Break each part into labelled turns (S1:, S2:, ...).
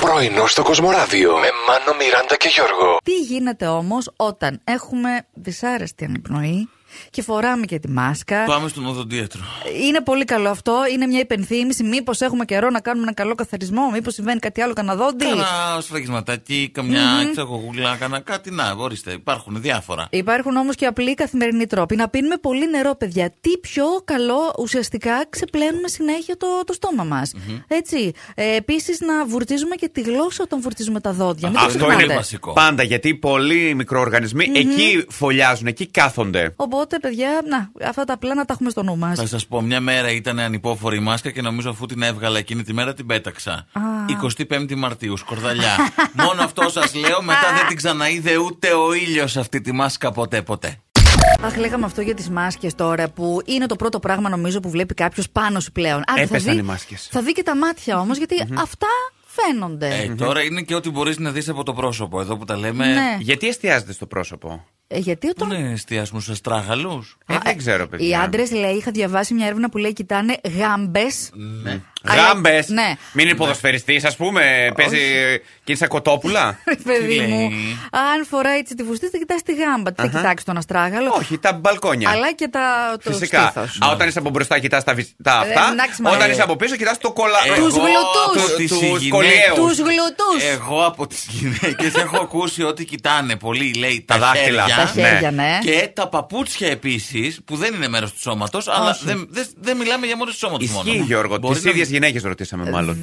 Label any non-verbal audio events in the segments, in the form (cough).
S1: Πρωινό στο Κοσμοράδιο με Μάνο, Μιράντα και Γιώργο.
S2: Τι γίνεται όμως όταν έχουμε δυσάρεστη αναπνοή και φοράμε και τη μάσκα.
S3: Πάμε στον οδοντίατρο.
S2: Είναι πολύ καλό αυτό. Είναι μια υπενθύμηση. Μήπως έχουμε καιρό να κάνουμε ένα καλό καθαρισμό. Μήπως συμβαίνει κάτι άλλο, κανένα δόντι.
S3: Κάνα σφραγισματάκι, καμιά εξαγωγούλα, κάνα κάτι. Να, ορίστε, υπάρχουν διάφορα.
S2: Υπάρχουν όμως και απλοί καθημερινοί τρόποι. Να πίνουμε πολύ νερό, παιδιά. Τι πιο καλό ουσιαστικά ξεπλένουμε συνέχεια το, το στόμα μας. Έτσι. Ε, Επίσης να βουρτίζουμε και τη γλώσσα όταν βουρτίζουμε τα δόντια. Μην το
S3: Αυτό
S2: ξεχνάτε.
S3: είναι βασικό.
S4: Πάντα γιατί πολλοί μικροοργανισμοί εκεί φωλιάζουν, εκεί κάθονται.
S2: Οπότε, παιδιά, να, αυτά τα απλά να τα έχουμε στο νου μας.
S3: Θα σας πω, μια μέρα ήταν ανυπόφορη η μάσκα και νομίζω αφού την έβγαλα εκείνη τη μέρα την πέταξα. 25η Μαρτίου, σκορδαλιά. (laughs) Μόνο αυτό σας λέω, μετά δεν την ξαναείδε ούτε ο ήλιος αυτή τη μάσκα ποτέ ποτέ.
S2: Αχ, λέγαμε αυτό για τις μάσκες τώρα που είναι το πρώτο πράγμα νομίζω που βλέπει κάποιος πάνω σου πλέον. Άρα θα
S4: Έπεσαν
S2: δει-
S4: οι μάσκες.
S2: Θα δει και τα μάτια όμως, γιατί αυτά φαίνονται.
S3: Ε, τώρα είναι και ό,τι μπορείς να δεις από το πρόσωπο εδώ που τα λέμε.
S2: Ναι.
S4: Γιατί εστιάζεται στο πρόσωπο.
S2: Ε, γιατί
S3: Πού
S2: όταν.
S3: να εστιάσουμε στου αστράγαλου.
S4: Ε, ναι. δεν ξέρω, παιδιά.
S2: Οι άντρες, λέει, είχα διαβάσει μια έρευνα που λέει κοιτάνε γάμπες.
S4: Ναι.
S2: Αλλά-
S4: Γάμπε!
S2: Ναι.
S4: Μην είναι ποδοσφαιριστής, ας πούμε. Παίζει. και είσαι
S2: (laughs)
S4: κοτόπουλα.
S2: (laughs) Παιδί
S3: λέει?
S2: μου. Αν φοράει έτσι τη φουστή, θα κοιτάς τη γάμπα. Τι θα κοιτάξεις τον αστράγαλο.
S4: Όχι, τα μπαλκόνια.
S2: Αλλά και τα, το
S4: Φυσικά.
S2: στήθος.
S4: Α, όταν είσαι από μπροστά, κοιτάς τα, βυσ- τα
S2: Ε,
S4: αυτά.
S2: εντάξει,
S4: όταν
S2: μάλλον.
S4: είσαι από πίσω, κοιτάς το κολλά.
S2: Εγώ- Τους γλωτούς.
S3: από τις
S4: Τους
S3: γυναίκες-
S4: κολιαίους.
S2: Του
S4: Ε,
S2: γλωτούς.
S3: Εγώ από τις γυναίκες έχω ακούσει ότι κοιτάνε πολύ, λέει, τα,
S4: Τα δάχτυλα.
S2: Τα
S3: χέρια.
S4: ναι.
S2: χέρια, ναι.
S3: Και τα παπούτσια επίσης, που δεν είναι μέρος του σώματος, αλλά
S2: Όχι.
S3: δεν δεν- δεν μιλάμε για μόνο του σώματο μόνο.
S4: Ισχύει, Γιώργο.
S3: Μπορεί
S4: Τις
S3: να- (laughs)
S4: ίδιες γυναίκες ρωτήσαμε, μάλλον.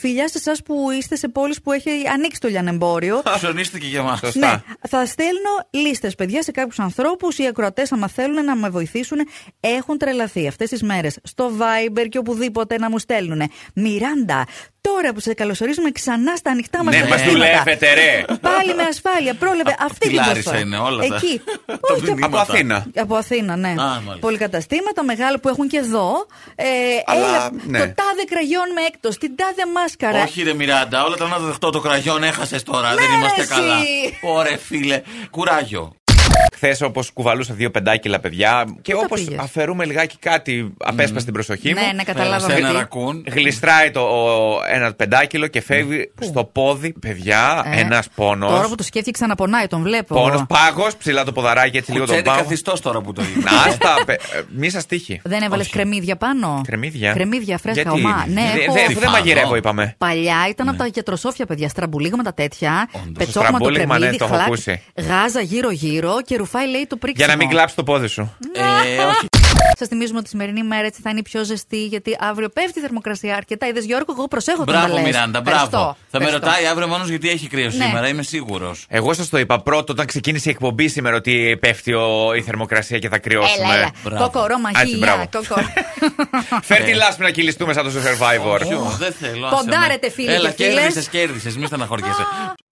S2: Φιλιά σε εσάς που είστε σε πόλεις που έχει ανοίξει το λιανεμπόριο.
S3: Ψωνίστε και για μα.
S4: Σωστά.
S2: Ναι, θα στέλνω λίστες, παιδιά, σε κάποιους ανθρώπους. Οι ακροατές, άμα θέλουν να με βοηθήσουν, έχουν τρελαθεί αυτές τις μέρες στο Viber και οπουδήποτε να μου στέλνουν. Μιράντα, τώρα που σε καλωσορίζουμε ξανά στα ανοιχτά μας
S4: Ναι, μας δουλεύετε, ρε.
S2: Πάλι με ασφάλεια, πρόλαβε αυτή
S3: τη
S2: την
S3: Λάρισα
S2: προσφορά.
S3: είναι όλα τα- (laughs)
S2: Εκεί.
S3: τα
S2: Όχι, και
S3: μηνύματα.
S4: Από Αθήνα.
S2: από Αθήνα, ναι.
S3: μάλιστα.
S2: Πολυκαταστήματα μεγάλα που έχουν και εδώ. Ε,
S4: Αλλά,
S2: έλα,
S4: ναι.
S2: Το τάδε κραγιόν με έκτο, την τάδε μάσκαρα.
S3: Όχι, ρε Μιράντα, όλα τα να δεχτώ το κραγιόν έχασες τώρα. δεν
S2: Ναι,
S3: είμαστε
S2: ρε,
S3: καλά.
S2: εσύ.
S3: Ωρε, φίλε. Κουράγιο.
S4: Χθες, όπως κουβαλούσα δύο πεντάκιλα παιδιά, και
S2: τα
S4: όπως
S2: πήγες?
S4: αφαιρούμε λιγάκι κάτι, απέσπα στην προσοχή μου.
S2: Ναι, ναι, καταλάβαμε.
S3: Πέρασε ένα
S2: τι.
S3: ρακούν.
S4: Γλιστράει το ο, ένα πεντάκιλο και φεύγει στο πόδι. Παιδιά,
S2: Ε,
S4: ένας πόνος
S2: Τώρα που το σκέφτηκε ξαναπονάει, τον βλέπω.
S4: Πόνος, πάγος, ψηλά το ποδαράκι, έτσι λίγο
S3: Κουτσέρι
S4: τον πάγο.
S3: καθιστός τώρα που το είπε.
S4: Να, Άστα, παι- ε, μη σας τύχει.
S2: Δεν έβαλες κρεμμύδια πάνω.
S4: Κρεμμύδια.
S2: Κρεμμύδια, φρέσκα,
S4: Γιατί?
S2: ομά. Ναι,
S4: Δε-
S2: έχω...
S4: δε-
S3: Στιφάδο.
S4: Δεν μαγειρεύω, είπαμε.
S2: Παλιά ήταν από τα γιατροσόφια, παιδιά. Στραμπουλίγματα τέτοια.
S3: Όντως.
S2: Πετσόκμα το
S4: Στραμπούλιγμα, ναι,
S2: κρεμμύδι,
S4: το έχω
S2: χλακ,
S4: ακούσει.
S2: γάζα γύρω-γύρω και ρουφάει, λέει, το πρίξιμο.
S4: Για να μην κλάψει το πόδι σου.
S3: Ε, όχι.
S2: Σας θυμίζουμε ότι η σημερινή μέρα έτσι θα είναι η πιο ζεστή, γιατί αύριο πέφτει η θερμοκρασία αρκετά. Είδες Γιώργο, εγώ προσέχω όταν τα
S3: Μπράβο,
S2: λες.
S3: Μιράντα,
S2: Ευχαριστώ,
S3: μπράβο. Θα με
S2: ευχαριστώ.
S3: ρωτάει αύριο μόνος γιατί έχει κρύο
S2: Ναι.
S3: σήμερα, είμαι σίγουρος.
S4: Εγώ σας το είπα πρώτο όταν ξεκίνησε η εκπομπή σήμερα ότι πέφτει ο- η θερμοκρασία και θα κρυώσουμε.
S2: Έλα, έλα.
S3: Μπράβο.
S2: Κοκορό
S4: Έτσι,
S2: μαχία.
S4: μπράβο.
S2: κοκορό.
S4: Φέρ τη λάσπη να κυλιστούμε σαν το survivor.
S3: Ποιο, δεν θέλω. άσε με.
S2: Ποντάρετε, φίλοι
S3: Έλα,
S2: και φίλες.
S3: κέρδισες, κέρδισες. Μη στεναχωριέσαι.